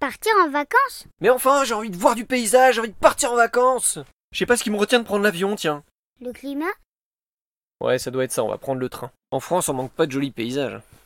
Partir en vacances Mais enfin, j'ai envie de voir du paysage, j'ai envie de partir en vacances Je sais pas ce qui me retient de prendre l'avion, tiens. Le climat Ouais, ça doit être ça, on va prendre le train. En France, on manque pas de jolis paysages.